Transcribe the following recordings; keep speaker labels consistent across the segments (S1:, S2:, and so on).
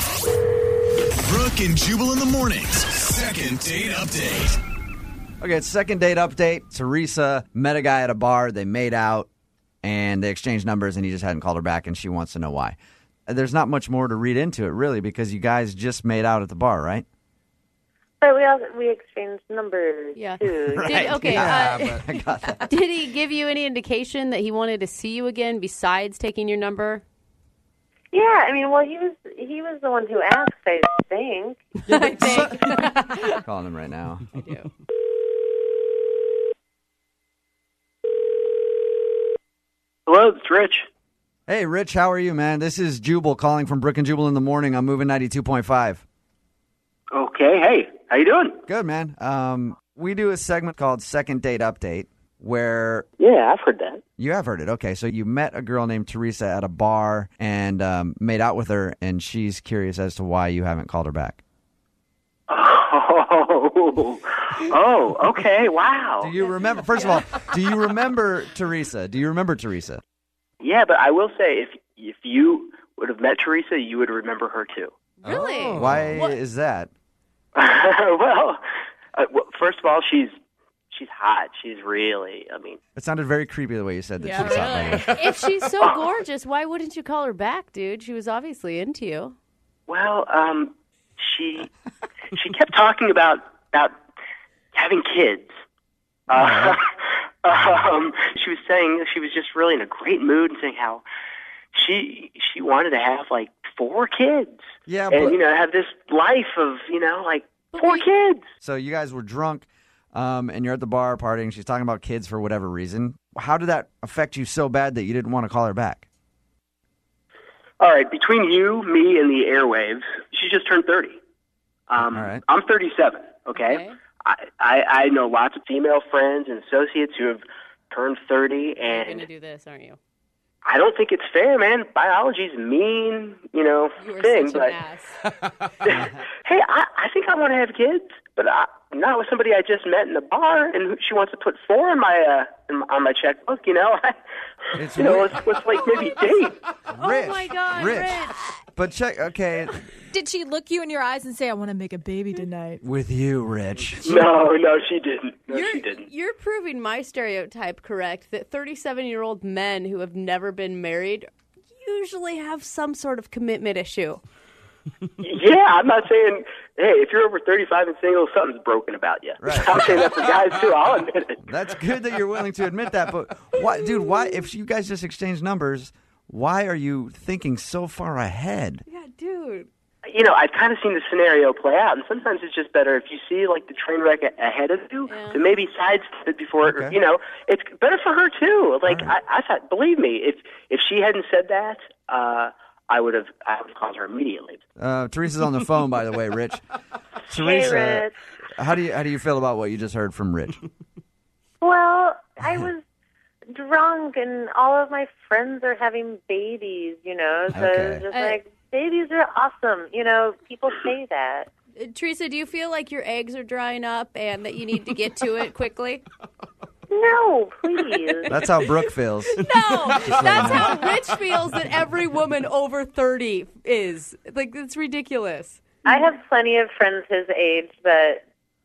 S1: 106.5. Brooke and Jubal in the mornings. Second date update.
S2: Okay, it's second date update. Teresa met a guy at a bar. They made out and they exchanged numbers, and he just hadn't called her back, and she wants to know why. There's not much more to read into it, really, because you guys just made out at the bar, right?
S3: But we also we exchanged numbers
S4: Yeah.
S3: too.
S4: Did, okay.
S2: Yeah,
S4: uh,
S2: but I got that.
S4: did he give you any indication that he wanted to see you again besides taking your number?
S3: Yeah, I mean, well, he was he was the one who asked, I think.
S4: I think.
S2: I'm calling him right now.
S5: Hello, it's Rich.
S2: Hey, Rich, how are you, man? This is Jubal calling from Brook and Jubal in the morning. I'm moving 92.5.
S5: Okay, hey, how you doing?
S2: Good, man. Um, we do a segment called Second Date Update where
S5: Yeah, I've heard that.
S2: you have heard it. Okay, so you met a girl named Teresa at a bar and um, made out with her, and she's curious as to why you haven't called her back.
S5: Oh, oh, okay, wow.
S2: Do you remember? First of all, do you remember Teresa? Do you remember Teresa?
S5: yeah, but I will say, if if you would have met Teresa, you would remember her too.
S4: Really?
S2: Why
S4: What-
S2: is that?
S5: well, uh, well, first of all, she's she's hot. She's really, I mean,
S2: It sounded very creepy the way you said that.
S4: Yeah,
S2: she was out there.
S4: if she's so gorgeous, why wouldn't you call her back, dude? She was obviously into you.
S5: well, um, she she kept talking about about having kids. Uh, um, she was saying she was just really in a great mood and saying how she she wanted to have like four kids.
S2: Yeah,
S5: and
S2: but-
S5: you know have this life of you know like
S4: But
S5: four
S4: we-
S5: kids.
S2: So you guys were drunk, um, and you're at the bar partying. She's talking about kids for whatever reason. How did that affect you so bad that you didn't want to call her back?
S5: All right, between you, me, and the airwaves, she just turned thirty. Um,
S2: All right.
S5: I'm thirty-seven. Okay.
S4: Okay.
S5: I, I I know lots of female friends and associates who have turned thirty
S4: You're going to
S5: and.
S4: do this, aren't you?
S5: I don't think it's fair, man. Biology's a mean, you know,
S4: You are
S5: thing.
S4: such an
S5: but
S4: ass.
S5: hey, I, I think I want to have kids, but I, not with somebody I just met in the bar, and who- she wants to put four on my uh, in, on my checkbook. You know, I,
S2: It's
S5: you know,
S2: weird.
S5: let's, let's like maybe date.
S2: Rich,
S4: Oh my God, Rich.
S2: But check, okay,
S6: Did she look you in your eyes and say, I want to make a baby tonight?
S2: with you, Rich.
S5: No, no, she didn't. No, she
S4: You're,
S5: didn't.
S4: you're proving my stereotype correct that 37 year old men who have never been married usually have some sort of commitment issue.
S5: Yeah, I'm not saying. Hey, if you're over 35 and single, something's broken about you.
S2: Right.
S5: I'm saying that for guys too. I'll admit it.
S2: That's good that you're willing to admit that, but why, dude? Why, if you guys just exchanged numbers, why are you thinking so far ahead?
S4: Yeah, dude.
S5: you know, I've kind of seen the scenario play out, and sometimes it's just better if you see like the train wreck a- ahead of you to maybe sidestep it before.
S2: Okay.
S5: You know, it's better for her too. Like I, I thought, believe me, if if she hadn't said that, uh, I would have I would have called her immediately.
S2: Uh, Teresa's on the phone, by the way, Rich. Teresa,
S3: Hey, Rich.
S2: how do you how do you feel about what you just heard from Rich?
S3: Well, I was drunk, and all of my friends are having babies. You know, so
S2: Okay.
S3: it's just
S4: Uh,
S3: like babies are awesome. You know, people say that.
S4: Uh, Teresa, do you feel like your eggs are drying up and that you need to get to it quickly?
S3: No, please.
S2: That's how Brooke feels.
S4: No, that's how Rich feels that every woman over 30 is. Like, it's ridiculous.
S3: I have plenty of friends his age that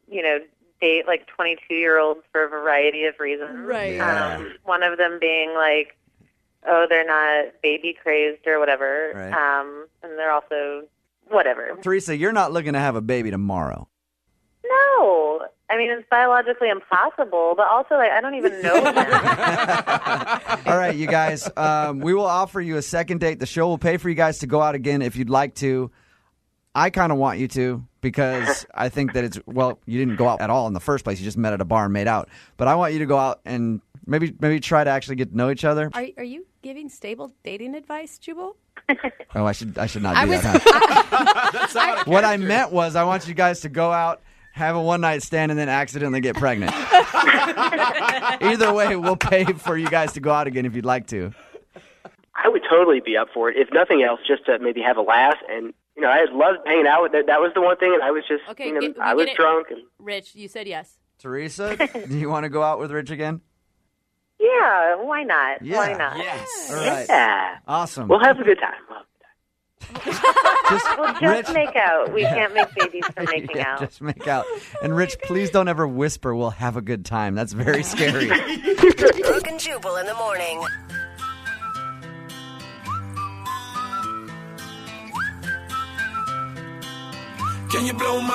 S3: you know date like twenty-two-year-olds for a variety of reasons.
S4: Right.
S2: Yeah.
S3: Um, one of them being like, oh, they're not baby crazed or whatever.
S2: Right.
S3: Um, and they're also whatever.
S2: Teresa, you're not looking to have a baby tomorrow.
S3: No, I mean it's biologically impossible, but also like I don't even know them.
S2: All right, you guys. Um, we will offer you a second date. The show will pay for you guys to go out again if you'd like to. I kind of want you to because I think that it's well, you didn't go out at all in the first place. You just met at a bar and made out. But I want you to go out and maybe maybe try to actually get to know each other.
S4: Are, are you giving stable dating advice, Jubal?
S2: Oh, I should I should not do
S6: I
S2: that. huh? what I meant was I want you guys to go out, have a one night stand, and then accidentally get pregnant. Either way, we'll pay for you guys to go out again if you'd like to.
S5: I would totally be up for it, if nothing else, just to maybe have a laugh. And you know, I loved hanging out with her. That was the one thing, and I was just
S4: Okay,
S5: you know,
S4: get- we
S5: I was
S4: get it.
S5: drunk and.
S4: Rich, you said yes.
S2: Teresa, do you want to go out with Rich again?
S3: yeah, why not?
S2: Yeah.
S3: Why not?
S2: All right.
S5: Yeah.
S2: Awesome.
S5: We'll have a good time.
S2: Just,
S3: Well, just
S2: Rich,
S3: make out. We can't make babies from making
S2: yeah,
S3: out.
S2: just make out. And Rich, please don't ever whisper. We'll have a good time. That's very scary.
S7: Brooke and Jubal in the morning.
S1: Can you blow my